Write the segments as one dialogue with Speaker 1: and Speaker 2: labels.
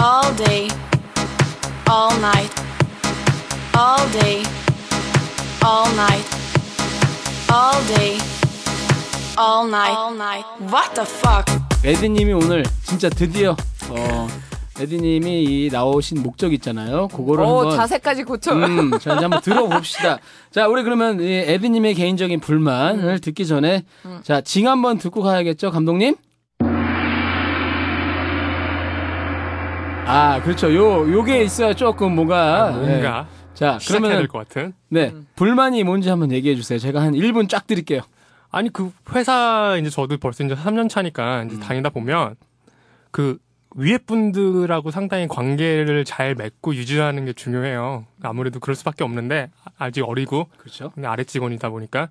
Speaker 1: all day, all night, all day, all night, all day, all night, all night. What the fuck?
Speaker 2: 에디님이 오늘 진짜 드디어 어, 에디님이 이 나오신 목적 있잖아요. 그거를
Speaker 3: 오
Speaker 2: 한번
Speaker 3: 어, 자세까지 고쳐.
Speaker 2: 음, 자 이제 한번 들어봅시다. 자 우리 그러면 이 에디님의 개인적인 불만을 듣기 전에
Speaker 3: 음.
Speaker 2: 자징 한번 듣고 가야겠죠, 감독님? 아 그렇죠. 요 요게 있어야 조금 뭔가
Speaker 4: 아, 뭔가
Speaker 2: 네. 자
Speaker 4: 시작해야
Speaker 2: 그러면
Speaker 4: 될 것 같은.
Speaker 2: 네
Speaker 3: 음.
Speaker 2: 불만이 뭔지 한번 얘기해 주세요. 제가 한 1분 쫙 드릴게요.
Speaker 4: 아니 그 회사 이제 저도 벌써 이제 3년 차니까 이제 다니다 보면 그 위에 분들하고 상당히 관계를 잘 맺고 유지하는 게 중요해요. 아무래도 그럴 수밖에 없는데 아- 아직 어리고
Speaker 2: 그렇죠.
Speaker 4: 아래 직원이다 보니까.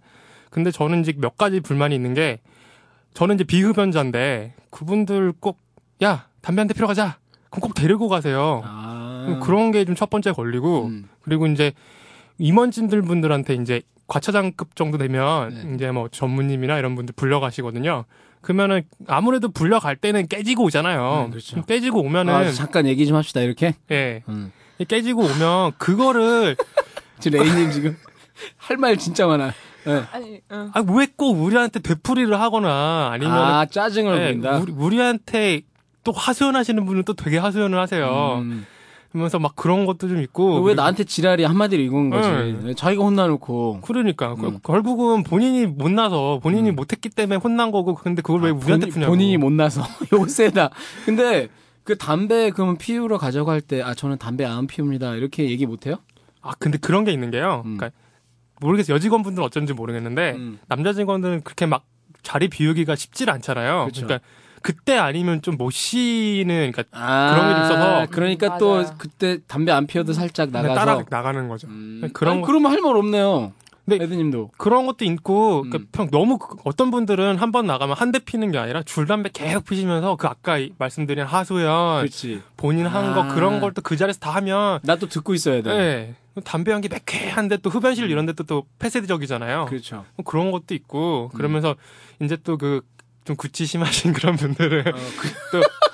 Speaker 4: 근데 저는 이제 몇 가지 불만이 있는 게 저는 이제 비흡연자인데 그분들 꼭 야 담배 한 대 피러 가자. 그럼 꼭 데리고 가세요.
Speaker 2: 아
Speaker 4: 그런 게 좀 첫 번째 걸리고
Speaker 2: 음.
Speaker 4: 그리고 이제 임원진들 분들한테 이제 과차장급 정도 되면
Speaker 2: 네.
Speaker 4: 이제 뭐 전무님이나 이런 분들 불려가시거든요. 그러면은 아무래도 불려갈 때는 깨지고 오잖아요.
Speaker 2: 네, 그렇죠.
Speaker 4: 깨지고 오면은
Speaker 2: 아, 잠깐 얘기 좀 합시다 이렇게.
Speaker 4: 예
Speaker 2: 음.
Speaker 4: 깨지고 오면 그거를
Speaker 2: 지금 레이님 지금 할 말 진짜 많아. 네.
Speaker 3: 아니, 응.
Speaker 4: 아, 왜 꼭 우리한테 되풀이를 하거나 아니면
Speaker 2: 아 짜증을
Speaker 4: 예,
Speaker 2: 부린다.
Speaker 4: 우리, 우리한테 또 하소연하시는 분은 또 되게 하소연을 하세요.
Speaker 2: 음.
Speaker 4: 그러면서 막 어. 그런 것도 좀 있고 네.
Speaker 2: 왜 나한테 지랄이 한마디로 이건 거지.
Speaker 4: 응.
Speaker 2: 자기가 혼나놓고.
Speaker 4: 그러니까 그-
Speaker 2: 음.
Speaker 4: 결국은 본인이 못 나서 본인이 못했기 때문에 혼난 거고 근데 그걸 왜
Speaker 2: 아,
Speaker 4: 우리한테
Speaker 2: 본인-
Speaker 4: 푸냐고
Speaker 2: 본인이 못 나서. 요거 세다. 근데 그 담배 그러면 피우러 가자고 할 때, 아, 저는 담배 안 피웁니다. 이렇게 얘기 못 해요?
Speaker 4: 아 근데 그런 게 있는 게요.
Speaker 2: 음.
Speaker 4: 그러니까 모르겠어요. 여직원분들은 어쩐지 모르겠는데
Speaker 2: 음.
Speaker 4: 남자 직원들은 그렇게 막 자리 비우기가 쉽질 않잖아요.
Speaker 2: 그쵸.
Speaker 4: 그러니까 그때 아니면 좀 못 쉬는 그러니까
Speaker 2: 아,
Speaker 4: 그런 게 있어서.
Speaker 2: 그러니까
Speaker 3: 음,
Speaker 2: 또
Speaker 3: 맞아요.
Speaker 2: 그때 담배 안 피워도 살짝
Speaker 4: 그냥
Speaker 2: 나가서.
Speaker 4: 따라 나가는 거죠.
Speaker 2: 음.
Speaker 4: 그런
Speaker 2: 아니,
Speaker 4: 거-
Speaker 2: 그러면 할 말 없네요.
Speaker 4: 근데-
Speaker 2: 에드님도.
Speaker 4: 그런 것도 있고
Speaker 2: 음.
Speaker 4: 그러니까 평- 너무 그- 어떤 분들은 한 번 나가면 한 대 피는 게 아니라 줄 담배 계속 피시면서 그 아까 이- 말씀드린 하소연
Speaker 2: 그렇지.
Speaker 4: 본인 한 거
Speaker 2: 그렇죠. 아. 네.
Speaker 4: 그런 걸 또 그 자리에서 다 하면
Speaker 2: 나 또 듣고 있어야 돼.
Speaker 4: 예. 담배 연기 매쾌한데 또 흡연실 이런 데도 또 폐쇄적이잖아요.
Speaker 2: 그렇죠.
Speaker 4: 뭐 그런 것도 있고
Speaker 2: 음.
Speaker 4: 그러면서 이제 또 그 좀 구치 심하신 그런 분들은
Speaker 2: 어, 그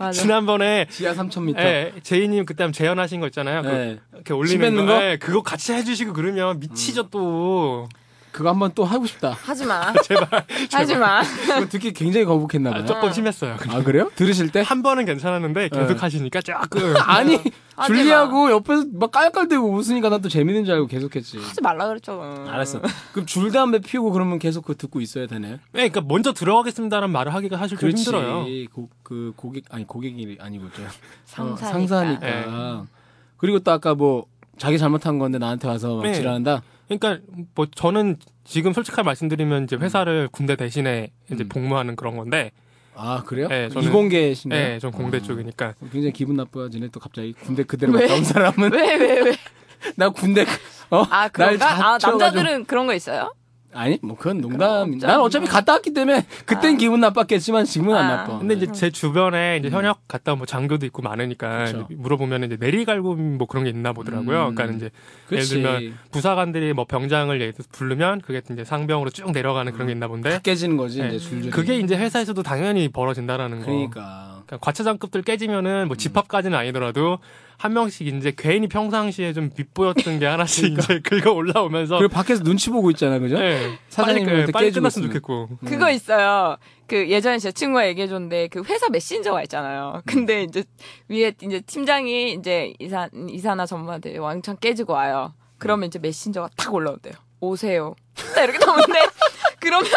Speaker 3: 맞아.
Speaker 4: 지난번에
Speaker 2: 지하 3,000m.
Speaker 4: 예, 제이님 그때 한번 재연하신 거 있잖아요. 그
Speaker 2: 예.
Speaker 4: 이렇게
Speaker 2: 침 뱉는
Speaker 4: 올리는
Speaker 2: 거? 음.
Speaker 4: 거, 예, 그거 같이 해주시고 그러면 미치죠 또.
Speaker 2: 그거 한번 또 하고 싶다.
Speaker 3: 하지 마. 하지 마.
Speaker 2: 그거 듣기 굉장히 거북했나봐요.
Speaker 4: 아, 조금 심했어요.
Speaker 2: 아, 그래요? 들으실 때?
Speaker 4: 한 번은 괜찮았는데 계속
Speaker 2: 예.
Speaker 4: 하시니까 조금.
Speaker 2: 아니
Speaker 3: 하지
Speaker 2: 줄리하고 옆에서 막 깔깔대고 웃으니까 난 또 재밌는 줄 알고 계속했지.
Speaker 3: 하지 말라 그랬잖아.
Speaker 2: 알았어. 그럼 줄 담배 피우고 그러면 계속 그거 듣고 있어야 되네.
Speaker 4: 예, 그러니까 먼저 들어가겠습니다라는 말을 하기가 사실 좀 힘들어요.
Speaker 2: 고, 그 고객 아니 고객이 아니고 저 어,
Speaker 3: 상사니까.
Speaker 2: 상사니까.
Speaker 4: 네.
Speaker 2: 그리고 또 아까 뭐 자기 잘못한 건데 나한테 와서 막
Speaker 4: 네.
Speaker 2: 지랄한다.
Speaker 4: 그러니까 뭐 저는 지금 솔직하게 말씀드리면 이제 회사를 군대 대신에 이제
Speaker 2: 음.
Speaker 4: 복무하는 그런 건데,
Speaker 2: 아 그래요?
Speaker 4: 네, 저는-
Speaker 2: 이공계신가요?
Speaker 4: 예, 전
Speaker 2: 음.
Speaker 4: 공대 쪽이니까
Speaker 2: 굉장히 기분 나빠지네 또 갑자기 군대 그대로
Speaker 3: 왜?
Speaker 2: 갔다 온 사람은
Speaker 3: 왜 왜 왜?
Speaker 2: 나 군대 어?
Speaker 3: 아
Speaker 2: 날
Speaker 3: 그런가? 아
Speaker 2: 자처가지고-
Speaker 3: 남자들은 그런 거 있어요?
Speaker 2: 아니 뭐 그건 농담.
Speaker 3: 그럼
Speaker 2: 난 어차피 갔다 왔기 때문에 그땐 기분 나빴겠지만 지금은 안
Speaker 3: 아.
Speaker 2: 나빠.
Speaker 4: 근데 이제 제 주변에 이제 현역 갔다 온뭐 장교도 있고 많으니까
Speaker 2: 음. 그쵸.
Speaker 4: 물어보면 이제 내리갈굼 뭐 그런 게 있나 보더라고요.
Speaker 2: 음.
Speaker 4: 그러니까 이제
Speaker 2: 그치.
Speaker 4: 예를 들면 부사관들이 뭐 병장을 예를 들어서 부르면 그게 이제 상병으로 쭉 내려가는
Speaker 2: 음.
Speaker 4: 그런 게 있나 본데
Speaker 2: 다 깨지는 거지
Speaker 4: 네.
Speaker 2: 이제 줄줄이.
Speaker 4: 그게 이제 회사에서도 당연히 벌어진다라는 거.
Speaker 2: 그렇죠. 그러니까 음.
Speaker 4: 그러니까 과차장급들 깨지면은 뭐 집합까지는 아니더라도 한 명씩 이제 괜히 평상시에 좀 밉보였던 게 하나씩 이제 긁어 올라오면서
Speaker 2: 그러니까. 그리고 밖에서 눈치 보고 있잖아 그죠?
Speaker 4: 예,
Speaker 2: 사장님한테
Speaker 4: 빨리, 빨리
Speaker 2: 깨지고
Speaker 4: 끝났으면
Speaker 2: 있으면.
Speaker 4: 좋겠고
Speaker 2: 음.
Speaker 3: 그거 있어요. 그 예전에 제 친구가 얘기해줬는데 그 회사 메신저가
Speaker 2: 음.
Speaker 3: 있잖아요. 근데 이제 위에 이제 팀장이 이제 이사 이사나 전무한테 왕창 깨지고 와요.
Speaker 2: 음.
Speaker 3: 그러면 이제 메신저가 탁 올라온대요. 오세요. 딱 이렇게 나오는데 그러면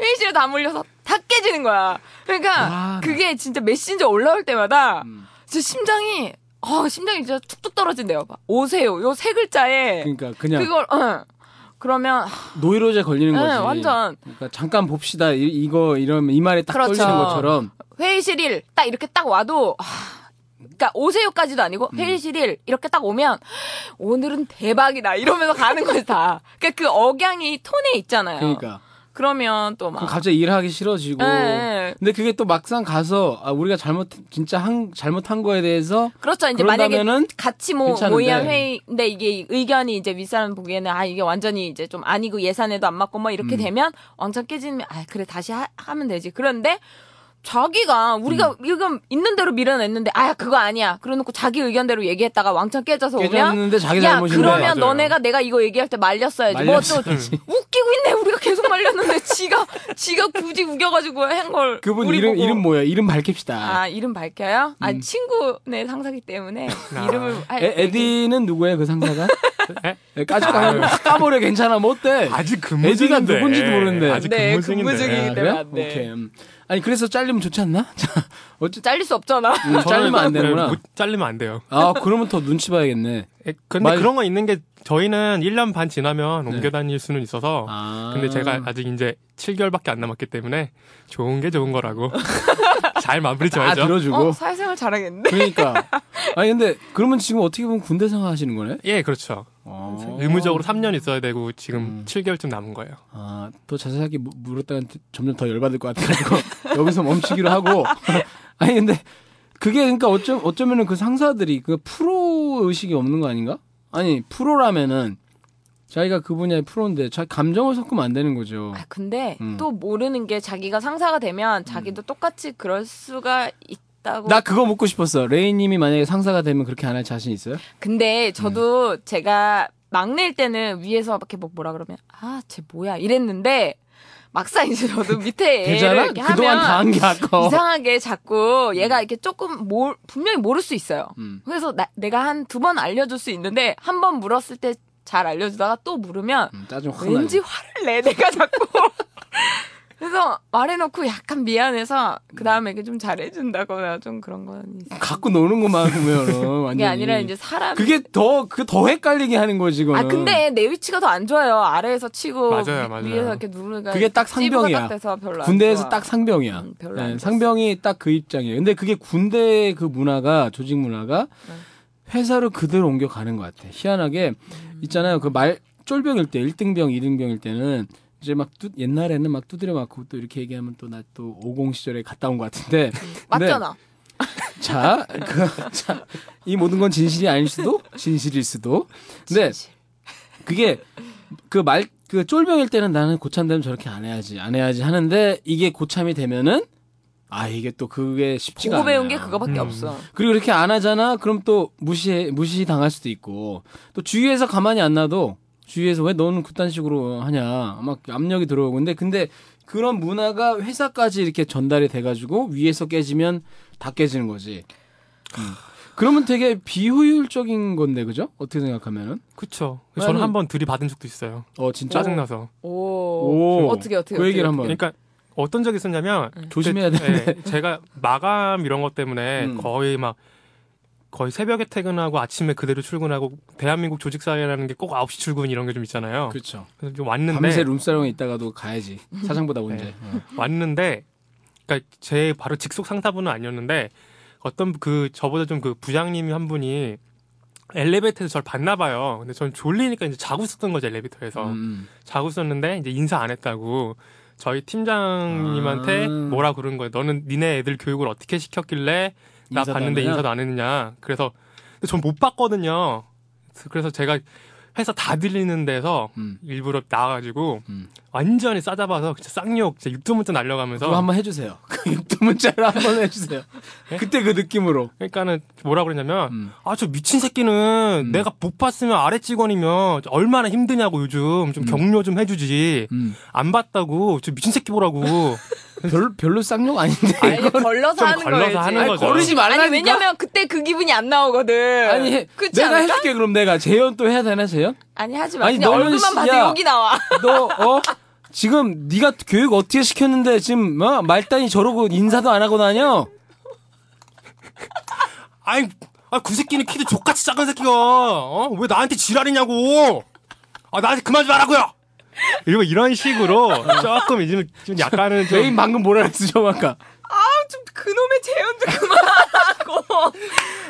Speaker 3: 회의실에 다 몰려서 다 깨지는 거야. 그러니까
Speaker 2: 와,
Speaker 3: 그게 진짜 메신저 올라올 때마다
Speaker 2: 아, 네. 음.
Speaker 3: 진짜 심장이 어 심장이 진짜 툭툭 떨어진대요. 막 오세요. 요 세 글자에
Speaker 2: 그러니까 그냥
Speaker 3: 그걸 응. 그러면
Speaker 2: 노이로제 걸리는
Speaker 3: 네,
Speaker 2: 거지.
Speaker 3: 완전.
Speaker 2: 그러니까 잠깐 봅시다 이, 이거 이러면 이 말에 딱
Speaker 3: 그렇죠.
Speaker 2: 걸리는 것처럼
Speaker 3: 회의실 일 딱 이렇게 딱 와도 아, 그러니까 오세요까지도
Speaker 2: 음.
Speaker 3: 아니고 회의실 일 이렇게 딱 오면 오늘은 대박이다 이러면서 가는 거지 다. 그러니까 그 억양이 톤에 있잖아요.
Speaker 2: 그러니까
Speaker 3: 러면 또막
Speaker 2: 그럼 갑자기 일하기 싫어지고.
Speaker 3: 예, 예.
Speaker 2: 근데 그게 또 막상 가서 아, 우리가 잘못 진짜 한 잘못한 거에 대해서
Speaker 3: 그렇죠. 이제 만약에
Speaker 2: 그런다면은
Speaker 3: 같이 뭐
Speaker 2: 괜찮은데.
Speaker 3: 모의한 회의인데 이게 의견이 이제 윗사람 보기에는 아 이게 완전히 이제 좀
Speaker 2: 음.
Speaker 3: 아니고 예산에도 안 맞고 뭐 이렇게 되면 왕창 깨지면 아 그래 다시 하, 면 되지. 그런데 자기가 우리가
Speaker 2: 음.
Speaker 3: 이건 있는 대로 밀어냈는데 아야 그거 아니야. 그래놓고 자기 의견대로 얘기했다가 왕창 깨져서 오면
Speaker 2: 깨졌는데 자기
Speaker 3: 야
Speaker 2: 잘못인데.
Speaker 3: 그러면
Speaker 4: 맞아요.
Speaker 3: 너네가 내가 이거 얘기할 때 말렸어야지. 뭐 또
Speaker 2: 말렸어야지.
Speaker 3: 웃기고 있네. 우리가 계속 말렸는데 지가 지가 굳이 우겨가지고 한 걸.
Speaker 2: 그분
Speaker 3: 우리
Speaker 2: 이름
Speaker 3: 보고.
Speaker 2: 이름 뭐예요? 이름 밝힙시다.
Speaker 3: 아 이름 밝혀요? 아 친구네 상사기 때문에 이름을 할
Speaker 2: 음. 아. 에,
Speaker 3: 얘기-
Speaker 2: 에디는 누구예요? 그 상사가?
Speaker 4: 에?
Speaker 2: 에, 까짓거 하면 확 까버려 괜찮아 뭐 어때?
Speaker 4: 예? 아직 근무중인데.
Speaker 2: 에디가
Speaker 4: 예,
Speaker 2: 누군지도 모르는데.
Speaker 4: 아직
Speaker 3: 네,
Speaker 4: 근무중인데.
Speaker 3: 근무중이기
Speaker 2: 아,
Speaker 3: 때문에
Speaker 2: 그래요?
Speaker 3: 안 돼.
Speaker 2: 오케이. 음. 아니 그래서 잘리면 좋지 않나? 자, 어째
Speaker 3: 잘릴 수 없잖아.
Speaker 2: 음, 잘리면 안
Speaker 4: 저는
Speaker 2: 되구나.
Speaker 4: 못 잘리면 안 돼요.
Speaker 2: 아 그러면 더 눈치 봐야겠네.
Speaker 4: 에, 근데
Speaker 2: 말- 네.
Speaker 4: 그런 거 있는 게 저희는 1년 반 지나면 옮겨 다닐 수는 있어서
Speaker 2: 아.
Speaker 4: 근데 제가 아직 이제 7개월밖에 안 남았기 때문에 좋은 게 좋은 거라고 잘 마무리
Speaker 2: 다
Speaker 4: 줘야죠.
Speaker 2: 아, 들어주고.
Speaker 3: 어 사회생활 잘하겠는데.
Speaker 2: 그러니까. 아니 근데 그러면 지금 어떻게 보면 군대 생활 하시는 거네?
Speaker 4: 예, 그렇죠.
Speaker 2: 어. 음.
Speaker 4: 의무적으로 3년 있어야 되고 지금 7개월쯤 남은 거예요.
Speaker 2: 아, 더 자세하게 물- 물었다가 점점 더 열받을 것 같아서 여기서 멈추기로 하고. 아니 근데 그게 그러니까 어쩜 어쩌면은 그 상사들이 그 프로 의식이 없는 거 아닌가? 아니 프로라면은 자기가 그 분야의 프로인데 자 감정을 섞으면 안 되는 거죠.
Speaker 3: 아 근데
Speaker 2: 음.
Speaker 3: 또 모르는 게 자기가 상사가 되면 자기도 똑같이 그럴 수가 있다고.
Speaker 2: 나 그거 묻고 싶었어. 레이님이 만약에 상사가 되면 그렇게 안 할 자신 있어요?
Speaker 3: 근데 저도
Speaker 2: 음.
Speaker 3: 제가 막내일 때는 위에서 이렇게 뭐 뭐라 그러면 아 쟤 뭐야 이랬는데 막상 이제 저도 밑에 애를
Speaker 2: 되잖아.
Speaker 3: 네, 이렇게
Speaker 2: 그동안 다
Speaker 3: 하면
Speaker 2: 한 게 아까워.
Speaker 3: 이상하게 자꾸 얘가 이렇게 조금 뭘 분명히 모를 수 있어요.
Speaker 2: 음.
Speaker 3: 그래서 나- 내가 한 두 번 알려줄 수 있는데 한 번 물었을 때 잘 알려주다가 또 물으면
Speaker 2: 음, 짜증 확
Speaker 3: 왠지
Speaker 2: 나지.
Speaker 3: 화를 내 내가 자꾸 그래서 말해놓고 약간 미안해서 그 다음에 이렇게 좀 잘해준다거나 좀 그런 건 있어.
Speaker 2: 갖고 노는 것만 보면은 완전
Speaker 3: 그게 아니라 이제 사람
Speaker 2: 그게 더 그 더 헷갈리게 하는 거지 그거는.
Speaker 3: 아 근데 내 위치가 더 안 좋아요 아래에서 치고
Speaker 4: 맞아요,
Speaker 3: 위-
Speaker 4: 맞아요.
Speaker 3: 위에서 이렇게 누르니까
Speaker 2: 그게 딱
Speaker 3: 찌부가
Speaker 2: 상병이야.
Speaker 3: 딱 돼서 별로 안
Speaker 2: 군대에서
Speaker 3: 좋아.
Speaker 2: 딱 상병이야.
Speaker 3: 음, 별로 안
Speaker 2: 예,
Speaker 3: 좋았어.
Speaker 2: 상병이 딱 그 입장이에요. 근데 그게 군대 그 문화가 조직 문화가
Speaker 3: 네.
Speaker 2: 회사로 그대로 옮겨가는 것 같아. 희한하게
Speaker 3: 음.
Speaker 2: 있잖아요. 그 말 쫄병일 때, 1등병, 2등병일 때는 이제 막 뚜- 옛날에는 막 두드려 맞고 또 이렇게 얘기하면 또 나 또 50 시절에 갔다 온 것 같은데. 근데
Speaker 3: 음. 맞잖아
Speaker 2: 자, 그, 자, 이 모든 건 진실이 아닐 수도 진실일 수도. 근데
Speaker 3: 진실.
Speaker 2: 그게 그 말 그 쫄병일 때는 나는 고참 되면 저렇게 안 해야지 안 해야지 하는데 이게 고참이 되면은 아 이게 또 그게 쉽지가
Speaker 3: 보고
Speaker 2: 않아.
Speaker 3: 배운 게 그거밖에
Speaker 4: 음.
Speaker 3: 없어
Speaker 2: 그리고 이렇게 안 하잖아. 그럼 또 무시 무시 당할 수도 있고 또 주위에서 가만히 안 놔도 주위에서 왜 너는 그딴 식으로 하냐 막 압력이 들어오고 근데 근데 그런 문화가 회사까지 이렇게 전달이 돼가지고 위에서 깨지면 다 깨지는 거지. 음. 그러면 되게 비효율적인 건데 그죠? 어떻게 생각하면은
Speaker 4: 그렇죠.
Speaker 2: 아니,
Speaker 4: 저는 한번 들이받은 적도 있어요.
Speaker 2: 어 진짜
Speaker 4: 짜증나서.
Speaker 3: 오,
Speaker 2: 오.
Speaker 3: 어떻게 어떻게
Speaker 2: 그 얘기를
Speaker 3: 어떻게.
Speaker 2: 한번
Speaker 4: 그러니까 어떤 적이 있었냐면
Speaker 2: 조심해야
Speaker 4: 그-
Speaker 2: 되는데.
Speaker 4: 예, 제가 마감 이런 것 때문에
Speaker 2: 음.
Speaker 4: 거의 막 거의 새벽에 퇴근하고 아침에 그대로 출근하고 대한민국 조직 사회라는 게 꼭 9시 출근 이런 게 좀 있잖아요.
Speaker 2: 그렇죠.
Speaker 4: 그래서 좀 왔는데
Speaker 2: 밤새 룸사롱에 있다가도 가야지. 사장보다 먼저.
Speaker 4: 네.
Speaker 2: 어.
Speaker 4: 왔는데 그러니까 제 바로 직속 상사분은 아니었는데 어떤 그 저보다 좀 그 부장님이 한 분이 엘리베이터에서 저를 봤나 봐요. 근데 전 졸리니까 이제 자고 있었던 거죠 엘리베이터에서
Speaker 2: 음.
Speaker 4: 자고 있었는데 이제 인사 안 했다고 저희 팀장님한테
Speaker 2: 아.
Speaker 4: 뭐라 그런 거예요. 너는 니네 애들 교육을 어떻게 시켰길래 나
Speaker 2: 인사도 안
Speaker 4: 봤는데
Speaker 2: 하냐?
Speaker 4: 인사도 안 했느냐. 그래서 전 못 봤거든요. 그래서 제가 회사 다 들리는 데서
Speaker 2: 음.
Speaker 4: 일부러 나와가지고
Speaker 2: 음.
Speaker 4: 완전히 싸잡아서 진짜 쌍욕 진짜 육두문자
Speaker 2: 그거
Speaker 4: 날려가면서
Speaker 2: 한번 해주세요. 그 육두 문자로 한번 해주세요. 그때 그 느낌으로.
Speaker 4: 그러니까는 뭐라 그랬냐면
Speaker 2: 음.
Speaker 4: 아 저 미친 새끼는 내가 못 봤으면 아래 직원이면 얼마나 힘드냐고 요즘 좀 격려 좀 해주지
Speaker 2: 음.
Speaker 4: 안 봤다고 저 미친 새끼 보라고
Speaker 2: 별로 별로 쌍욕 아닌데.
Speaker 3: 아니, 걸러서
Speaker 4: 좀
Speaker 3: 하는
Speaker 4: 걸러서
Speaker 3: 거지.
Speaker 4: 하는 거죠.
Speaker 2: 거르지 말라니까.
Speaker 3: 아니 왜냐면 그때 그 기분이 안 나오거든.
Speaker 2: 아니 해-
Speaker 3: 그렇지
Speaker 2: 내가
Speaker 3: 않을까?
Speaker 2: 해줄게 그럼 내가 재현 또 해야 되나 재현?
Speaker 3: 아니 하지 마.
Speaker 2: 아니,
Speaker 3: 그냥
Speaker 2: 너는
Speaker 3: 얼굴만 봐도
Speaker 2: 씨야.
Speaker 3: 욕이 나와.
Speaker 2: 너 어? 지금 네가 교육 어떻게 시켰는데 지금 어? 말단이 저러고 인사도 안 하고 다녀?
Speaker 4: 아이, 아, 그 새끼는 키도 족같이 작은 새끼가, 어? 왜 나한테 지랄이냐고! 아, 나한테 그만 좀 하라고요! 이거 이런 식으로 조금 이제 좀 약간은
Speaker 2: 레인
Speaker 4: 좀
Speaker 2: 방금 뭐라 했어 저 아까?
Speaker 3: 좀 그놈의 재현 좀 그만하고.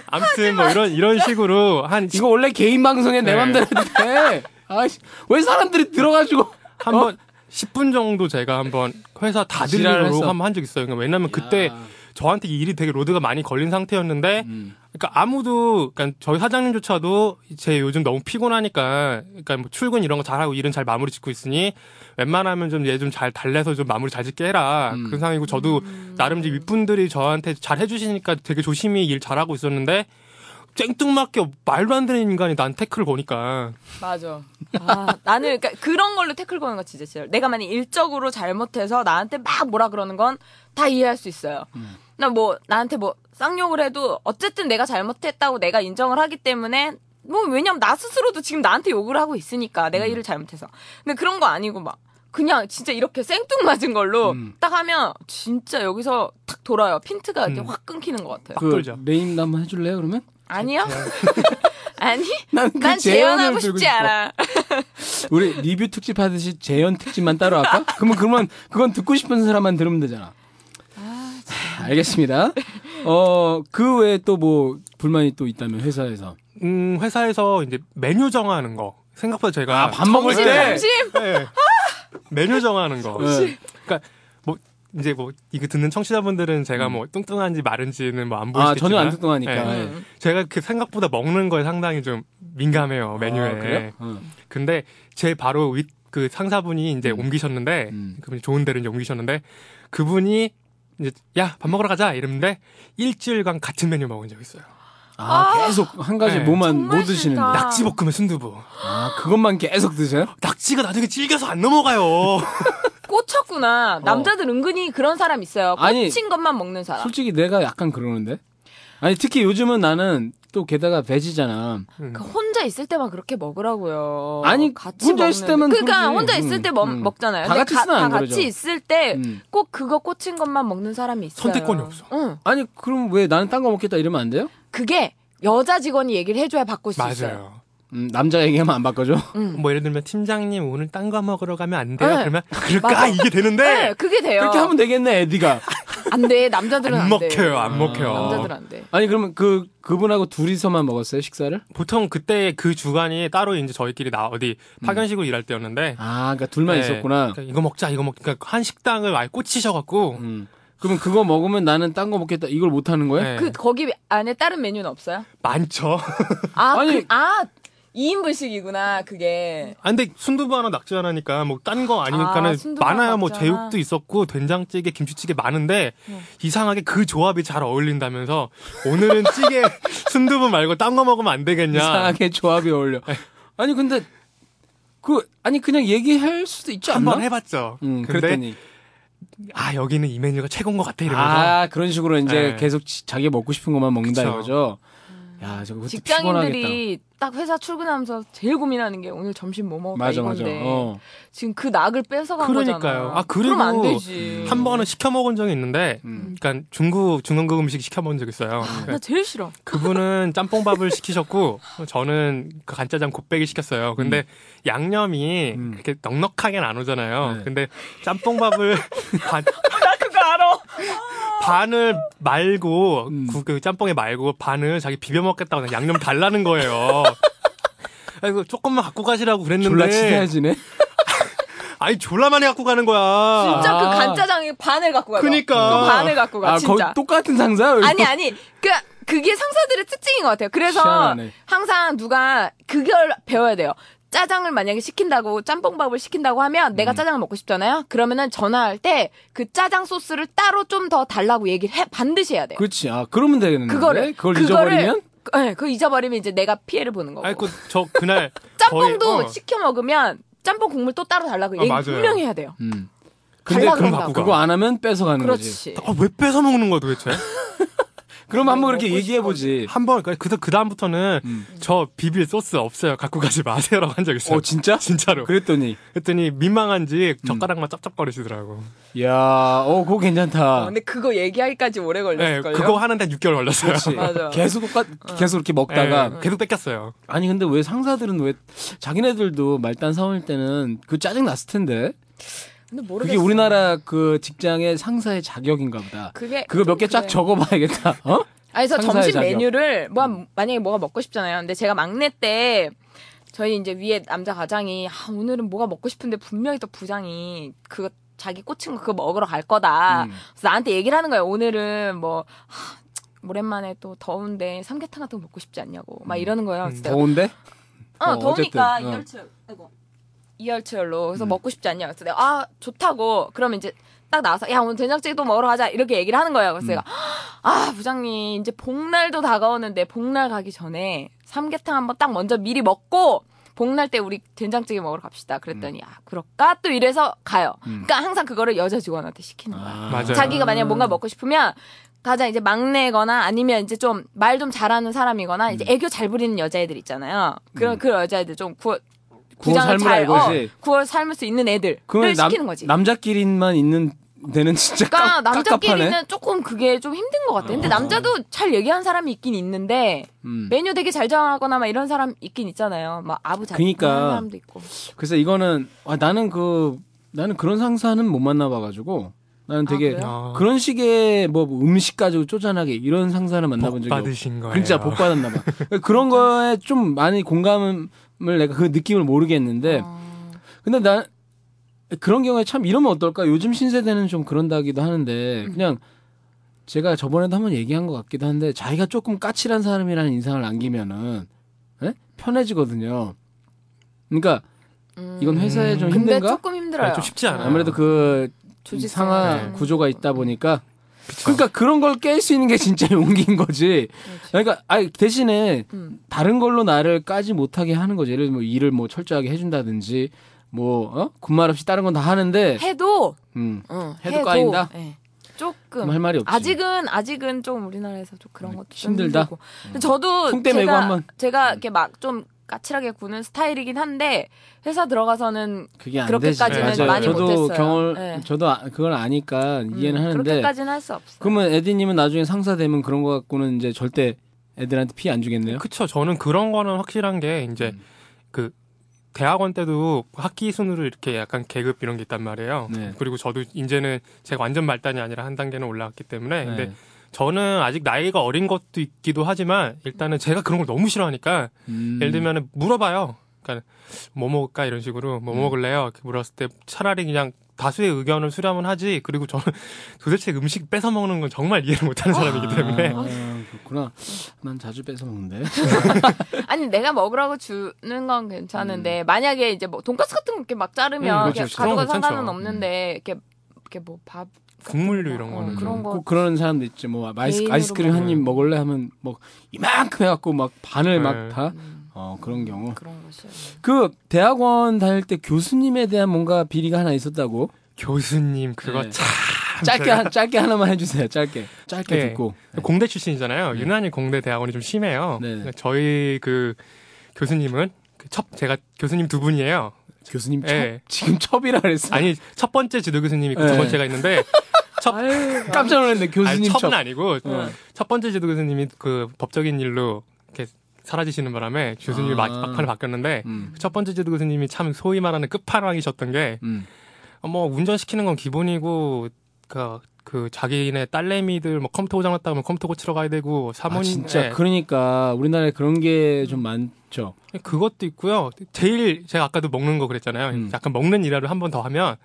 Speaker 4: 아무튼 뭐 이런 이런 식으로 한
Speaker 2: 이거 원래 개인 방송에 내
Speaker 4: 네.
Speaker 2: 맘대로 해도 돼. 아이씨, 왜 사람들이 들어가지고
Speaker 4: 한번 10분 정도 제가 한번 회사 다
Speaker 2: 지랄을
Speaker 4: 들리로
Speaker 2: 했어. 음.
Speaker 4: 한번 한 적 있어요. 그러니까 왜냐면 그때 저한테 이 일이 되게 로드가 많이 걸린 상태였는데 그러니까 아무도 그러니까 저희 사장님조차도 제 요즘 너무 피곤하니까 그러니까 뭐 출근 이런 거 잘하고 일은 잘 마무리 짓고 있으니 웬만하면 좀 얘 좀 잘 달래서 좀 마무리 잘 짓게 해라
Speaker 2: 음.
Speaker 4: 그런 상황이고 저도 나름 이제 윗분들이 저한테 잘 해주시니까 되게 조심히 일 잘하고 있었는데 쨍뚱맞게 말도 안 되는 인간이 난 태클을 보니까
Speaker 3: 맞아. 아, 나는 그러니까 그런 걸로 태클 거는 거 진짜 싫어. 내가 만약 일적으로 잘못해서 나한테 막 뭐라 그러는 건 다 이해할 수 있어요.
Speaker 2: 음.
Speaker 3: 나 뭐 나한테 뭐 쌍욕을 해도 어쨌든 내가 잘못했다고 내가 인정을 하기 때문에 뭐 왜냐면 나 스스로도 지금 나한테 욕을 하고 있으니까
Speaker 2: 음.
Speaker 3: 내가 일을 잘못해서. 근데 그런 거 아니고 막 그냥 진짜 이렇게 생뚱맞은 걸로
Speaker 2: 음.
Speaker 3: 딱 하면 진짜 여기서 탁 돌아요. 핀트가 이렇게
Speaker 4: 음.
Speaker 3: 확 끊기는 것 같아요.
Speaker 2: 그
Speaker 4: 돌자.
Speaker 2: 레임도 한번 해줄래요 그러면?
Speaker 3: 아니요? 아니?
Speaker 2: 난그
Speaker 3: 난
Speaker 2: 재현을
Speaker 3: 재현하고
Speaker 2: 들고
Speaker 3: 싶지
Speaker 2: 싶어.
Speaker 3: 않아.
Speaker 2: 우리 리뷰 특집 하듯이 재현 특집만 따로 할까? 그러면 그러면 그건 듣고 싶은 사람만 들으면 되잖아. 하, 알겠습니다. 어 그 외에 또 뭐 불만이 또 있다면 회사에서
Speaker 4: 음 회사에서 이제 메뉴 정하는 거 생각보다 제가
Speaker 2: 아, 밥 먹을
Speaker 3: 점심,
Speaker 2: 때 예.
Speaker 3: 점심.
Speaker 4: 네. 메뉴 정하는 거.
Speaker 2: 네.
Speaker 4: 그러니까 뭐 이제 뭐 이거 듣는 청취자분들은 제가 뭐 뚱뚱한지 마른지는 뭐
Speaker 2: 음.
Speaker 4: 안
Speaker 2: 아
Speaker 4: 보이시겠지만
Speaker 2: 전혀 안 뚱뚱하니까
Speaker 4: 네.
Speaker 2: 예.
Speaker 4: 제가 그 생각보다 먹는 거에 상당히 좀 민감해요 메뉴에.
Speaker 2: 아, 그래요? 어.
Speaker 4: 근데 제 바로 윗, 그 상사분이 이제 옮기셨는데
Speaker 2: 음.
Speaker 4: 그분이 좋은 데로 이제 옮기셨는데 그분이 이제 야 밥 먹으러 가자 이랬는데 일주일간 같은 메뉴 먹은 적 있어요.
Speaker 2: 아, 계속 한 가지
Speaker 4: 네.
Speaker 2: 뭐만
Speaker 3: 정말
Speaker 2: 못 드시는데
Speaker 3: 싫다. 아.
Speaker 4: 낙지볶음에 순두부.
Speaker 2: 아 그것만 계속 드세요?
Speaker 4: 낙지가 나중에 질겨서 안 넘어가요.
Speaker 3: 꽂혔구나. 남자들 은근히 그런 사람 있어요. 꽂힌
Speaker 2: 어. 아니,
Speaker 3: 것만 먹는 사람.
Speaker 2: 솔직히 내가 약간 그러는데 아니 특히 요즘은 나는 또 게다가 돼지잖아.
Speaker 3: 그 혼자 있을 때만 그렇게 먹으라고요.
Speaker 2: 아니, 혼자 있을 때만
Speaker 3: 그러니까
Speaker 2: 그러지.
Speaker 3: 혼자 있을 때
Speaker 2: 음, 음.
Speaker 3: 먹, 잖아요
Speaker 2: 다 같이
Speaker 3: 다,
Speaker 2: 있으면 안
Speaker 3: 같이
Speaker 2: 그러죠.
Speaker 3: 있을 때
Speaker 2: 음.
Speaker 3: 꼭 그거 꽂힌 것만 먹는 사람이 있어요.
Speaker 4: 선택권이 없어.
Speaker 3: 응.
Speaker 2: 아니 그럼 왜 나는 딴 거 먹겠다 이러면 안 돼요?
Speaker 3: 그게 여자 직원이 얘기를 해줘야 바꿀 수 있어요. 음.
Speaker 4: 맞아요.
Speaker 2: 음, 남자 얘기하면 안 바꿔줘?
Speaker 4: 뭐 예를 들면 팀장님 오늘 딴 거 먹으러 가면 안 돼요?
Speaker 3: 네.
Speaker 4: 그러면 그럴까
Speaker 3: 맞아.
Speaker 4: 이게
Speaker 3: 네,
Speaker 4: 되는데
Speaker 3: 그게 돼요.
Speaker 2: 그렇게 하면 되겠네 에디가.
Speaker 3: 안 돼. 남자들은
Speaker 4: 안
Speaker 3: 안, 돼.
Speaker 4: 먹혀요, 안 먹혀요.
Speaker 3: 남자들은 안 돼.
Speaker 2: 아니 그러면 그 그분하고 둘이서만 먹었어요 식사를?
Speaker 4: 보통 그때 그 주간이 따로 이제 저희끼리 나 어디 파견식으로 일할 때였는데
Speaker 2: 아, 그러니까 둘만 음.
Speaker 4: 네,
Speaker 2: 있었구나.
Speaker 4: 그러니까 이거 먹자 이거 먹자 그러니까 한 식당을 많이 꽂히셔갖고
Speaker 2: 음. 그럼 그거 먹으면 나는 딴 거 먹겠다. 이걸 못 하는 거예요?
Speaker 4: 네,
Speaker 3: 그 거기 안에 다른 메뉴는 없어요?
Speaker 4: 많죠.
Speaker 3: 아,
Speaker 2: 아니.
Speaker 3: 그, 아 2인분씩이구나. 그게.
Speaker 4: 아, 근데 순두부 하나 낙지 하나니까 뭐 딴 거 아니니까는
Speaker 3: 아, 순두부
Speaker 4: 많아요. 뭐
Speaker 3: 낙지 하나. 네.
Speaker 4: 제육도 있었고 된장찌개, 김치찌개 많은데 이상하게 그 조합이 잘 어울린다면서 오늘은 찌개 순두부 말고 딴 거 먹으면 안 되겠냐.
Speaker 2: 이상하게 조합이 어울려. 아니 근데 그 아니 그냥 얘기할 수도 있지 않나?
Speaker 4: 한번 해봤죠.
Speaker 2: 음,
Speaker 4: 근데
Speaker 2: 그랬더니
Speaker 4: 아 여기는 이 메뉴가 최고인 것 같아 이러면서
Speaker 2: 아 그런 식으로 이제
Speaker 4: 네.
Speaker 2: 계속 지- 자기 먹고 싶은 것만 먹는다
Speaker 4: 그쵸.
Speaker 2: 이거죠. 야, 저거 그것도 피곤하겠다.
Speaker 3: 직장인들이 딱 회사 출근하면서 제일 고민하는 게 오늘 점심 뭐 먹을까
Speaker 2: 맞아 맞아.
Speaker 3: 이건데
Speaker 2: 어.
Speaker 3: 지금 그 낙을 뺏어간
Speaker 4: 그러니까요.
Speaker 3: 거잖아요.
Speaker 4: 아, 그리고
Speaker 3: 그럼 안 되지.
Speaker 4: 한 번은 시켜 먹은 적이 있는데,
Speaker 2: 음. 아.
Speaker 4: 그러니까 중국 중간급 음식 시켜 먹은 적 있어요. 그러니까
Speaker 3: 나
Speaker 2: 네.
Speaker 3: 제일 싫어.
Speaker 4: 그분은 짬뽕밥을 시키셨고, 저는 그 간짜장 곱빼기 시켰어요. 근데 양념이
Speaker 2: 음.
Speaker 4: 그렇게 넉넉하게는 안 오잖아요.
Speaker 2: 네.
Speaker 4: 근데 짬뽕밥을 반,
Speaker 3: 나 그거 알아.
Speaker 4: 반을 말고,
Speaker 2: 음.
Speaker 4: 그, 그 짬뽕에 말고 반을 자기 비벼 먹겠다고 그냥 양념 달라는 거예요. 아이고 조금만 갖고 가시라고
Speaker 2: 졸라
Speaker 4: 그랬는데,
Speaker 2: 치사해지네.
Speaker 4: 아니 졸라 많이 갖고 가는 거야.
Speaker 3: 진짜
Speaker 2: 아.
Speaker 3: 그 간짜장에 반을 갖고 가.
Speaker 4: 그니까.
Speaker 3: 반을 갖고 가.
Speaker 2: 아, 거의
Speaker 3: 진짜.
Speaker 2: 똑같은 상사?
Speaker 3: 아니 아니. 그 그게 상사들의 특징인 것 같아요. 그래서
Speaker 2: 희한하네.
Speaker 3: 항상 누가 그걸 배워야 돼요. 짜장을 만약에 시킨다고 짬뽕밥을 시킨다고 하면
Speaker 2: 음.
Speaker 3: 내가 짜장을 먹고 싶잖아요. 그러면은 전화할 때 그 짜장 소스를 따로 좀 더 달라고 얘기를 해 반드시 해야 돼요.
Speaker 2: 그렇지. 아, 그러면 되겠는데.
Speaker 3: 그거를
Speaker 2: 그걸
Speaker 3: 그거를-
Speaker 2: 잊어버리면
Speaker 3: 그- 네, 그거 잊어버리면 이제 내가 피해를 보는 거고.
Speaker 4: 아이고 저 그날
Speaker 3: 짬뽕도
Speaker 4: 거의, 어.
Speaker 3: 시켜 먹으면 짬뽕 국물 또 따로 달라고
Speaker 4: 아,
Speaker 3: 얘기
Speaker 4: 맞아요.
Speaker 3: 분명히 해야 돼요.
Speaker 2: 음.
Speaker 4: 근데
Speaker 3: 달라
Speaker 4: 그럼
Speaker 3: 그런다고.
Speaker 4: 갖고 가.
Speaker 2: 아, 그거 안 하면 뺏어가는 거지.
Speaker 3: 그렇지.
Speaker 4: 아, 왜 뺏어 먹는 거야 도대체?
Speaker 2: 음. 그럼 한번 그렇게
Speaker 3: 먹고
Speaker 2: 얘기해 보지.
Speaker 4: 한번 그, 그 다음부터는 저 비빌 소스 없어요. 갖고 가지 마세요라고 한 적 있어요.
Speaker 2: 어, 진짜? 음.
Speaker 4: 진짜로.
Speaker 2: 그랬더니
Speaker 4: 그랬더니 민망한지 젓가락만 짭짭거리시더라고.
Speaker 2: 야, 어, 그거 괜찮다.
Speaker 3: 어, 근데 그거 얘기하기까지 오래
Speaker 4: 네,
Speaker 3: 걸렸을걸요.
Speaker 4: 그거 하는데 한 6개월 걸렸어요.
Speaker 2: 그렇지.
Speaker 3: 맞아. 어.
Speaker 2: 계속 똑같 계속 이렇게 먹다가 그,
Speaker 4: 네, 계속 뺏겼어요.
Speaker 2: 아니 근데 왜 상사들은 왜 자기네들도 말단 사올 때는 그 짜증 났을 텐데
Speaker 3: 근데
Speaker 2: 그게
Speaker 3: 모르겠어.
Speaker 2: 우리나라 그 직장의 상사의 자격인가 보다.
Speaker 3: 그게
Speaker 2: 그거 몇 개 쫙
Speaker 3: 그래요.
Speaker 2: 적어봐야겠다. 어?
Speaker 3: 아니, 그래서
Speaker 2: 상사의
Speaker 3: 점심
Speaker 2: 자격.
Speaker 3: 메뉴를 뭐 한- 만약에 뭐가 먹고 싶잖아요. 근데 제가 막내 때 저희 이제 위에 남자 과장이 아, 오늘은 뭐가 먹고 싶은데 분명히 또 부장이 그거 자기 꽂힌 거 그거 먹으러 갈 거다.
Speaker 2: 음.
Speaker 3: 그래서 나한테 얘기를 하는 거예요. 오늘은 뭐 하, 오랜만에 또 더운데 삼계탕 같은 거 먹고 싶지 않냐고 막 이러는 거예요.
Speaker 4: 음,
Speaker 3: 그래서 내가
Speaker 2: 더운데?
Speaker 3: 어,
Speaker 2: 어,
Speaker 3: 더우니까
Speaker 2: 어쨌든, 어.
Speaker 3: 이열치열. 아이고. 이열치열로. 그래서
Speaker 2: 음.
Speaker 3: 먹고 싶지 않냐. 그래서 내가 아, 좋다고. 그러면 이제 딱 나와서 야, 오늘 된장찌개도 먹으러 가자. 이렇게 얘기를 하는 거예요.
Speaker 2: 음.
Speaker 3: 그래서 내가 아, 부장님, 이제 복날도 다가오는데 복날 가기 전에 삼계탕 한번 딱 먼저 미리 먹고 복날 때 우리 된장찌개 먹으러 갑시다. 그랬더니 아, 그럴까? 또 이래서 가요.
Speaker 2: 음.
Speaker 3: 그러니까 항상 그거를 여자 직원한테 시키는 거야.
Speaker 2: 아.
Speaker 4: 맞아요.
Speaker 3: 자기가 만약에 뭔가 먹고 싶으면 가장 이제 막내거나 아니면 이제 좀 말 좀 잘하는 사람이거나
Speaker 2: 음.
Speaker 3: 이제 애교 잘 부리는 여자애들 있잖아요. 그런 그 여자애들 좀 구워
Speaker 2: 구워 삶을
Speaker 3: 부장을 잘
Speaker 2: 알것이.
Speaker 3: 어, 구워 삶을 수 있는 애들을
Speaker 2: 그러면 남,
Speaker 3: 시키는 거지.
Speaker 2: 남자끼리만 있는 데는 진짜
Speaker 3: 그러니까
Speaker 2: 깝- 깝깝하네. 어.
Speaker 3: 남자끼리는 조금 그게 좀 힘든 것 같아. 근데 남자도 잘 얘기하는 사람이 있긴 있는데
Speaker 2: 음.
Speaker 3: 메뉴 되게 잘 정하거나 막 이런 사람 있긴 있잖아요. 막 아부 잘
Speaker 2: 그러니까.
Speaker 3: 하는 사람도 있고.
Speaker 2: 그래서 이거는 아, 나는 그 나는 그런 상사는 못 만나봐가지고 나는 되게
Speaker 3: 그래요?
Speaker 4: 아.
Speaker 2: 그런 식의 뭐 음식 가지고 쪼잔하게 이런 상사를 만나본
Speaker 4: 복
Speaker 2: 적이 없고
Speaker 4: 받으신 거예요.
Speaker 2: 진짜 복 받았나 봐 그러니까 그런 거에 좀 많이 공감을 내가 그 느낌을 모르겠는데
Speaker 3: 어,
Speaker 2: 근데 나 그런 경우에 참 이러면 어떨까 요즘 신세대는 좀 그런다기도 하는데
Speaker 3: 음.
Speaker 2: 그냥 제가 저번에도 한번 얘기한 것 같기도 한데 자기가 조금 까칠한 사람이라는 인상을 남기면은 예? 편해지거든요 그러니까
Speaker 3: 음.
Speaker 2: 이건 회사에 좀
Speaker 3: 근데
Speaker 2: 힘든가?
Speaker 3: 조금 힘들어요.
Speaker 4: 아니, 좀 쉽지 않아요.
Speaker 2: 아무래도 그
Speaker 3: 조직상.
Speaker 2: 상하
Speaker 3: 네.
Speaker 2: 구조가 있다 보니까 그러니까 그런 걸 깰 수 있는 게 진짜 용기인 거지. 그러니까 아 대신에
Speaker 3: 그렇죠. 음.
Speaker 2: 다른 걸로 나를 까지 못하게 하는 거지. 예를 들면 뭐 일을 뭐 철저하게 해준다든지 뭐 어? 군말 없이 다른 건 다 하는데
Speaker 3: 해도
Speaker 2: 음,
Speaker 3: 응,
Speaker 2: 해도 까인다?
Speaker 3: 예.
Speaker 2: 그럼
Speaker 3: 조금
Speaker 2: 할 말이 없지.
Speaker 3: 아직은 아직은 좀 우리나라에서 좀 그런 것도 좀
Speaker 2: 힘들다?
Speaker 3: 힘들고. 근데 저도
Speaker 2: 통대 메고
Speaker 3: 제가
Speaker 2: 한번.
Speaker 3: 제가 이렇게 막 좀 까칠하게 구는 스타일이긴 한데 회사 들어가서는
Speaker 2: 그게 안
Speaker 3: 그렇게까지는
Speaker 2: 되지. 맞아요.
Speaker 4: 많이
Speaker 2: 저도
Speaker 3: 못했어요.
Speaker 2: 경을
Speaker 3: 네.
Speaker 2: 저도 아- 그걸 아니까
Speaker 3: 음,
Speaker 2: 이해는 하는데
Speaker 3: 그렇게까지는 할 수 없어.
Speaker 2: 그러면 에디님은 나중에 상사 되면 그런 거 갖고는 이제 절대 애들한테 피해 안 주겠네요.
Speaker 4: 그쵸. 저는 그런 거는 확실한 게 이제
Speaker 2: 음.
Speaker 4: 그 대학원 때도 학기 순으로 이렇게 약간 계급 이런 게 있단 말이에요.
Speaker 2: 네.
Speaker 4: 그리고 저도 이제는 제가 완전 말단이 아니라 한 단계는 올라갔기
Speaker 2: 네.
Speaker 4: 때문에 네, 근데 저는 아직 나이가 어린 것도 있기도 하지만 일단은 제가 그런 걸 너무 싫어하니까
Speaker 2: 음.
Speaker 4: 예를 들면 물어봐요. 그러니까 뭐 먹을까 이런 식으로 뭐 먹을래요? 이렇게 물었을 때 차라리 그냥 다수의 의견을 수렴은 하지. 그리고 저는 도대체 음식 뺏어 먹는 건 정말 이해를 못하는 사람이기 때문에
Speaker 2: 아, 그렇구나. 난 자주 뺏어 먹는데.
Speaker 3: 음. 아니 내가 먹으라고 주는 건 괜찮은데 만약에 이제 뭐 돈까스 같은 거 이렇게 막 자르면
Speaker 4: 음,
Speaker 3: 이렇게
Speaker 4: 그렇죠.
Speaker 3: 가져가
Speaker 4: 그런 건
Speaker 3: 상관은
Speaker 4: 괜찮죠.
Speaker 3: 없는데 이렇게 이렇게 뭐밥
Speaker 4: 국물류 이런
Speaker 3: 어,
Speaker 4: 거는
Speaker 3: 그런
Speaker 4: 좀
Speaker 3: 거
Speaker 2: 음, 꼭 아, 그러는 사람도 있지. 뭐 아이스,
Speaker 3: 개인으로
Speaker 2: 아이스크림 한 입
Speaker 4: 먹는.
Speaker 2: 먹을래 하면 뭐 이만큼 해갖고 막 반을 막
Speaker 4: 네.
Speaker 2: 다.
Speaker 3: 음,
Speaker 2: 어 그런 경우.
Speaker 3: 그런 것이
Speaker 2: 그 대학원 다닐 때 교수님에 대한 뭔가 비리가 하나 있었다고.
Speaker 4: 교수님 그거
Speaker 2: 네.
Speaker 4: 참
Speaker 2: 짧게 한- 짧게 하나만 해주세요. 짧게 짧게
Speaker 4: 아, 네.
Speaker 2: 듣고.
Speaker 4: 공대 출신이잖아요. 유난히 공대 대학원이 좀 심해요.
Speaker 2: 네.
Speaker 4: 그러니까 저희 그 교수님은 그첫 제가 교수님 두 분이에요.
Speaker 2: 교수님 첩,
Speaker 4: 네.
Speaker 2: 지금 첩이라 그랬어.
Speaker 4: 아니 첫 번째 지도 교수님이 있고
Speaker 2: 네.
Speaker 4: 두 번째가 있는데 첫
Speaker 2: 깜짝 네. 놀랐네
Speaker 4: 아니,
Speaker 2: 교수님 첩.
Speaker 4: 첩은 아니고 첫 번째 지도 교수님이 그 법적인 일로 이렇게 사라지시는 바람에 교수님이
Speaker 2: 아.
Speaker 4: 막- 막판에 바뀌었는데
Speaker 2: 음.
Speaker 4: 첫 번째 지도 교수님이 참 소위 말하는 끝판왕이셨던 게 뭐
Speaker 2: 음.
Speaker 4: 운전시키는 건 기본이고 그, 그 자기네 딸내미들 뭐 컴퓨터 고장 났다 하면 컴퓨터 고치러 가야 되고 사모님
Speaker 2: 아 진짜
Speaker 4: 예,
Speaker 2: 그러니까 우리나라에 그런 게 좀 많죠.
Speaker 4: 그것도 있고요. 제일 제가 아까도 먹는 거 그랬잖아요.
Speaker 2: 음.
Speaker 4: 약간 먹는 일화를 한 번 더 하면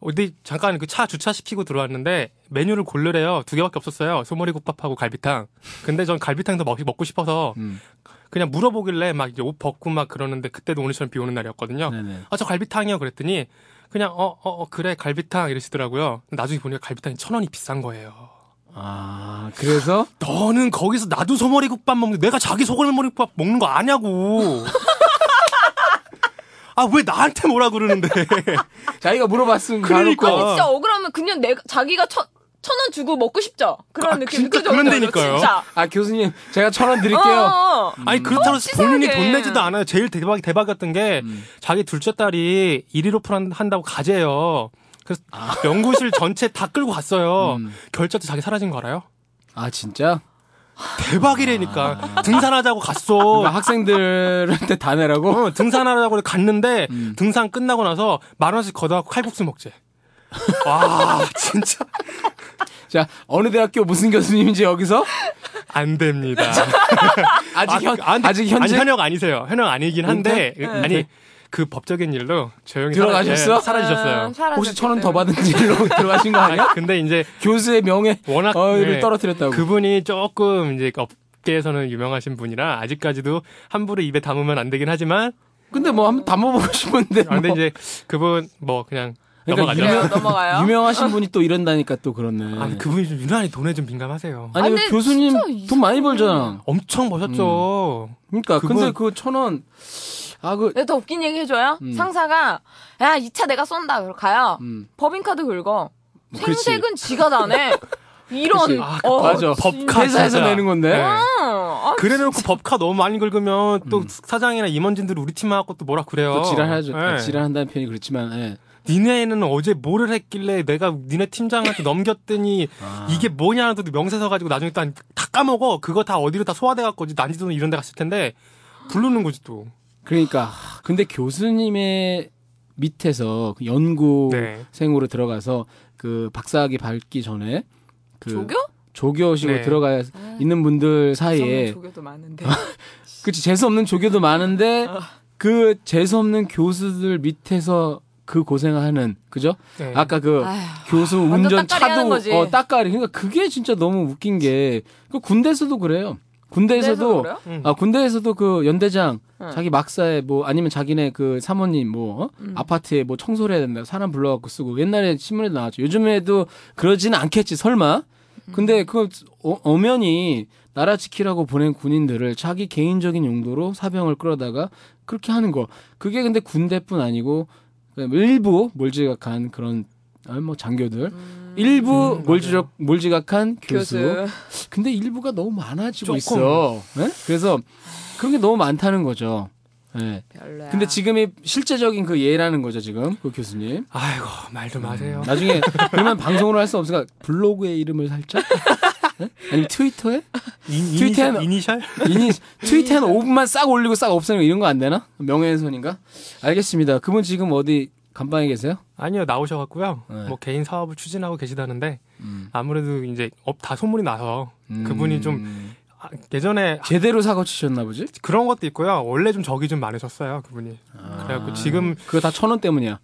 Speaker 4: 어디 잠깐 그 차 주차시키고 들어왔는데 메뉴를 고르래요. 두 개밖에 없었어요. 소머리국밥하고 갈비탕. 근데 전 갈비탕도 먹, 먹고 싶어서
Speaker 2: 음.
Speaker 4: 그냥 물어보길래 막 이제 옷 벗고 막 그러는데 그때도 오늘처럼 비 오는 날이었거든요.
Speaker 2: 네네.
Speaker 4: 아 저 갈비탕이요 그랬더니 그냥 어 어 어, 그래 갈비탕 이러시더라고요. 나중에 보니까 갈비탕이 천 원이 비싼 거예요.
Speaker 2: 아 그래서
Speaker 4: 너는 거기서 나도 소머리국밥 먹는데 내가 자기 소머리국밥 먹는 거 아냐고. 아 왜 나한테 뭐라 그러는데?
Speaker 3: 음.
Speaker 2: 자기가 물어봤으면
Speaker 4: 그러니까.
Speaker 2: 바로
Speaker 3: 아니 진짜 억울하면 그냥 내가 자기가 천천원 주고 먹고 싶죠 그런
Speaker 4: 아,
Speaker 3: 느낌
Speaker 4: 진짜
Speaker 3: 그죠?
Speaker 4: 그런다니까요.
Speaker 3: 진짜
Speaker 2: 거. 아 교수님 제가 천 원 드릴게요.
Speaker 3: 어, 어.
Speaker 4: 아니 그렇다고 해서
Speaker 3: 치사하게. 음.
Speaker 4: 본인이 돈 내지도 않아요. 제일 대박 대박이었던 게 자기 둘째 딸이 일일오픈 한다고 가재요. 그래서
Speaker 3: 아.
Speaker 4: 연구실 전체 다 끌고 갔어요.
Speaker 2: 음.
Speaker 4: 결제 때 자기 사라진 거 알아요?
Speaker 2: 아 진짜?
Speaker 4: 대박이라니까
Speaker 3: 아.
Speaker 4: 등산하자고 갔어.
Speaker 2: 그러니까 학생들한테 다 내라고?
Speaker 4: 어, 등산하려고 갔는데
Speaker 2: 음.
Speaker 4: 등산 끝나고 나서 만 원씩 걷어갖고 칼국수 먹재. 와 진짜
Speaker 2: 자 어느 대학교 무슨 교수님인지 여기서
Speaker 4: 안 됩니다.
Speaker 2: 아직 현
Speaker 4: 아, 근데-
Speaker 2: 아직 현재
Speaker 4: 아니, 현역 아니세요. 현역 아니긴 한데 아니 그 법적인 일로 조용히
Speaker 2: 들어가셨어?
Speaker 4: 사라, 예,
Speaker 3: 음,
Speaker 4: 사라지셨어요.
Speaker 2: 혹시 천 원 더 받은 일로 들어가신 거 아니야?
Speaker 4: 아, 근데 이제
Speaker 2: 교수의 명예
Speaker 4: 워낙
Speaker 2: 어를
Speaker 4: 예,
Speaker 2: 떨어뜨렸다고.
Speaker 4: 그분이 조금 이제 업계에서는 유명하신 분이라 아직까지도 함부로 입에 담으면 안 되긴 하지만
Speaker 2: 근데 뭐 한번 담아보고 싶은데.
Speaker 4: 아, 근데
Speaker 2: 뭐.
Speaker 4: 이제 그분 뭐 그냥
Speaker 2: 그러니까
Speaker 4: 넘어가죠.
Speaker 2: 유명-
Speaker 3: 넘어가요.
Speaker 2: 유명하신 분이 또 이런다니까 또 그러네.
Speaker 4: 아, 그분이 좀 유난히 돈에 좀 민감하세요.
Speaker 2: 아니,
Speaker 3: 근데
Speaker 2: 교수님
Speaker 3: 진짜
Speaker 2: 돈 많이 벌잖아.
Speaker 4: 엄청 버셨죠.
Speaker 2: 그러니까
Speaker 4: 그분-
Speaker 2: 근데 그 천 원. 아 그.
Speaker 3: 내가 네, 더 웃긴 얘기 해줘요.
Speaker 2: 음.
Speaker 3: 상사가 야 이 차 내가 쏜다. 그러 가요.
Speaker 2: 음.
Speaker 3: 법인카드 긁어.
Speaker 2: 뭐, 그치.
Speaker 3: 생색은 지가 다 내. 이런.
Speaker 4: 아,
Speaker 3: 어,
Speaker 2: 맞아.
Speaker 4: 법카
Speaker 2: 회사에서
Speaker 4: 진짜.
Speaker 2: 내는 건데.
Speaker 4: 네.
Speaker 3: 음, 아,
Speaker 4: 그래놓고 법카 너무 많이 긁으면 또 사장이나 임원진들 우리 팀하고 또 뭐라 그래요.
Speaker 2: 음. 또 지랄하죠.
Speaker 4: 예.
Speaker 2: 지랄한다는 표현이 그렇지만. 예.
Speaker 4: 니네는 어제 뭐를 했길래 내가 니네 팀장한테 넘겼더니
Speaker 2: 아.
Speaker 4: 이게 뭐냐 또 명세서 가지고 나중에 또 다 까먹어. 그거 다 어디로 다 소화돼 갖고 이제 난지도는 이런 데 갔을 텐데 부르는 거지 또.
Speaker 2: 그러니까 하, 근데 교수님의 밑에서 그
Speaker 4: 네.
Speaker 2: 연구생으로 들어가서 그 박사학위 밟기 전에 그
Speaker 3: 조교? 아.
Speaker 2: 조교식으로
Speaker 4: 네.
Speaker 2: 들어가 있는 분들 사이에
Speaker 3: 저는 조교도 많은데.
Speaker 2: 그치 재수 없는 조교도 많은데
Speaker 3: 어.
Speaker 2: 그 재수 없는 교수들 밑에서 그 고생하는 그죠?
Speaker 4: 네.
Speaker 2: 아까 그
Speaker 3: 아휴,
Speaker 2: 교수
Speaker 3: 완전
Speaker 2: 운전
Speaker 3: 따까리 하는
Speaker 2: 차도
Speaker 3: 거지.
Speaker 2: 어 따까리 그러니까 그게 진짜 너무 웃긴 게 그 군대에서도 그래요. 군대에서도
Speaker 3: 그래요?
Speaker 4: 음.
Speaker 2: 아 군대에서도 그 연대장
Speaker 3: 응.
Speaker 2: 자기 막사에 뭐 아니면 자기네 그 사모님 뭐 어? 아파트에 뭐 청소를 해야 된다 사람 불러갖고 쓰고 옛날에 신문에도 나왔죠 요즘에도 그러지는 않겠지 설마 근데 그 어, 엄연히 나라 지키라고 보낸 군인들을 자기 개인적인 용도로 사병을 끌어다가 그렇게 하는 거 그게 근데 군대뿐 아니고 일부 몰지각한 그런 어, 뭐 장교들 일부
Speaker 4: 음,
Speaker 2: 몰지적 몰지각한 교수.
Speaker 3: 교수.
Speaker 2: 근데 일부가 너무 많아지고
Speaker 4: 조금.
Speaker 2: 있어. 예? 그래서 그런 게 너무 많다는 거죠. 예.
Speaker 3: 별로야.
Speaker 2: 근데 지금이 실제적인 그 예라는 거죠, 지금. 그 교수님.
Speaker 4: 아이고 말도
Speaker 2: 음.
Speaker 4: 마세요.
Speaker 2: 나중에 그러면 방송으로 할 수 없으니까 블로그에 이름을 살짝 예? 아니면 트위터에
Speaker 4: 인,
Speaker 2: 트위터에는-
Speaker 4: 이니셜? 이니셜?
Speaker 2: 이니 트위터에 한 5분만 싹 올리고 싹 없애는 거 이런 거 안 되나? 명예훼손인가? 알겠습니다. 그분 지금 어디 간방에 계세요?
Speaker 4: 아니요 나오셔갖고요.
Speaker 2: 네.
Speaker 4: 뭐 개인 사업을 추진하고 계시다는데
Speaker 2: 음.
Speaker 4: 아무래도 이제 업 다 소문이 나서 그분이 좀
Speaker 2: 음.
Speaker 4: 아, 예전에
Speaker 2: 제대로 사고 치셨나 보지?
Speaker 4: 그런 것도 있고요. 원래 좀 적이 좀 많으셨어요 그분이.
Speaker 2: 아.
Speaker 4: 그래갖고 지금
Speaker 2: 그거 다 천 원 때문이야.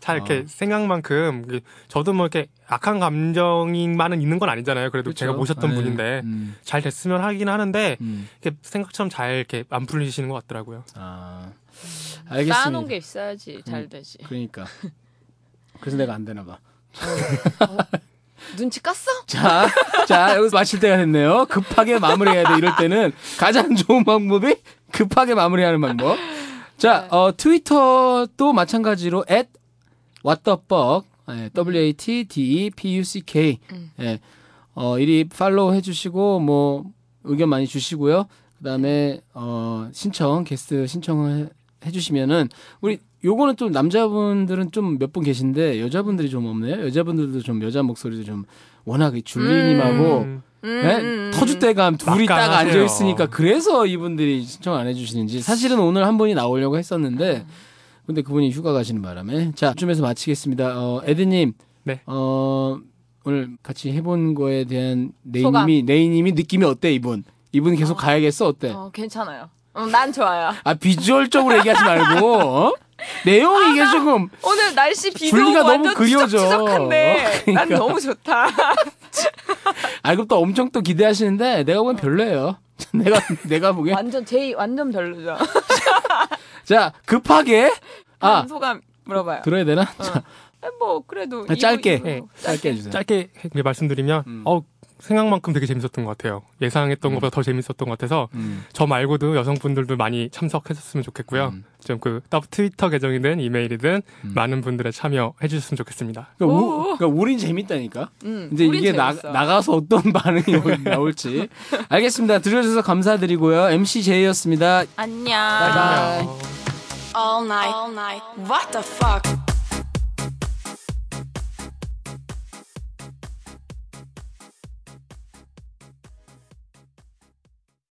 Speaker 4: 잘 이렇게
Speaker 2: 아.
Speaker 4: 생각만큼 이게 저도 뭐 이렇게 악한 감정만은 있는 건 아니잖아요. 그래도 제가
Speaker 2: 그렇죠?
Speaker 4: 모셨던
Speaker 2: 예.
Speaker 4: 분인데
Speaker 2: 음.
Speaker 4: 잘 됐으면 하긴 하는데
Speaker 2: 음.
Speaker 4: 이렇게 생각처럼 잘 이렇게 안 풀리시는 것 같더라고요.
Speaker 2: 아,
Speaker 3: 쌓아놓은 게
Speaker 2: 알겠습니다. 음.
Speaker 3: 있어야지 잘 되지.
Speaker 2: 그러니까. 그래서 내가 안 되나 봐.
Speaker 3: 눈치 깠어?
Speaker 2: 자, 자, 여기서 마칠 때가 됐네요. 급하게 마무리해야 돼. 이럴 때는 가장 좋은 방법이 급하게 마무리하는 방법. 자, 어, 트위터도 마찬가지로 at whatthefuck, 예, E w-a-t-d-e-p-u-c-k, 예, 어, 이리 팔로우 해주시고, 뭐, 의견 많이 주시고요. 그 다음에, 어, 신청, 게스트 신청을 해- 해주시면은, 우리, 요거는 좀 남자분들은 좀 몇 분 계신데, 여자분들이 좀 없네요. 여자분들도 좀 여자 목소리도 좀 워낙 이 줄리님하고,
Speaker 4: 음.
Speaker 3: 음,
Speaker 2: 네?
Speaker 3: 음,
Speaker 2: 터줏대감 둘이 딱
Speaker 4: 막강하세요.
Speaker 2: 앉아 있으니까 그래서 이분들이 신청 안 해주시는지 사실은 오늘 한 분이 나오려고 했었는데
Speaker 3: 음.
Speaker 2: 근데 그분이 휴가 가시는 바람에 자 이쯤에서 마치겠습니다. 어, 에드님,
Speaker 4: 네.
Speaker 2: 어, 오늘 같이 해본 거에 대한
Speaker 3: 소감.
Speaker 2: 네이님이 네이님이 느낌이 어때 이분? 이분 계속 가야겠어 어때?
Speaker 3: 어, 괜찮아요. 어, 난 좋아요.
Speaker 2: 아 비주얼적으로 얘기하지 말고 어? 내용
Speaker 3: 아,
Speaker 2: 이게 조금
Speaker 3: 오늘 날씨 비도
Speaker 2: 줄리가
Speaker 3: 오고
Speaker 2: 너무
Speaker 3: 완전
Speaker 2: 그려져.
Speaker 3: 추적추적한데 난
Speaker 2: 그러니까.
Speaker 3: 너무 좋다.
Speaker 2: 아 그럼 또 엄청 또 기대하시는데 내가
Speaker 3: 어.
Speaker 2: 보기엔 별로예요. 내가 내가 보기엔
Speaker 3: 완전 제이 완전 별로죠.
Speaker 2: 자 급하게 아
Speaker 3: 아, 소감 물어봐요.
Speaker 2: 들어야 되나? 자,
Speaker 3: 아, 뭐 그래도
Speaker 2: 아,
Speaker 3: 이거,
Speaker 2: 짧게
Speaker 3: 이거.
Speaker 4: 예.
Speaker 2: 짧게 해주세요.
Speaker 4: 짧게 이렇게 말씀드리면
Speaker 2: 음.
Speaker 4: 어 생각만큼 되게 재밌었던 것 같아요. 예상했던 것보다 더 재밌었던 것 같아서
Speaker 2: 음.
Speaker 4: 저 말고도 여성분들도 많이 참석했었으면 좋겠고요. 좀그 트위터 계정이든 이메일이든
Speaker 2: 음.
Speaker 4: 많은 분들의 참여해 주셨으면 좋겠습니다.
Speaker 2: 그러니까, 우,
Speaker 3: 오.
Speaker 2: 그러니까 우린 재밌다니까.
Speaker 3: 음,
Speaker 2: 근데
Speaker 3: 우린
Speaker 2: 이게 나,
Speaker 3: 재밌어.
Speaker 2: 나가서 어떤 반응이 올- 나올지. 알겠습니다. 들어주셔서 감사드리고요. MC 제이였습니다.
Speaker 3: 안녕.
Speaker 2: 바이바이.
Speaker 1: all night. All night. What the fuck?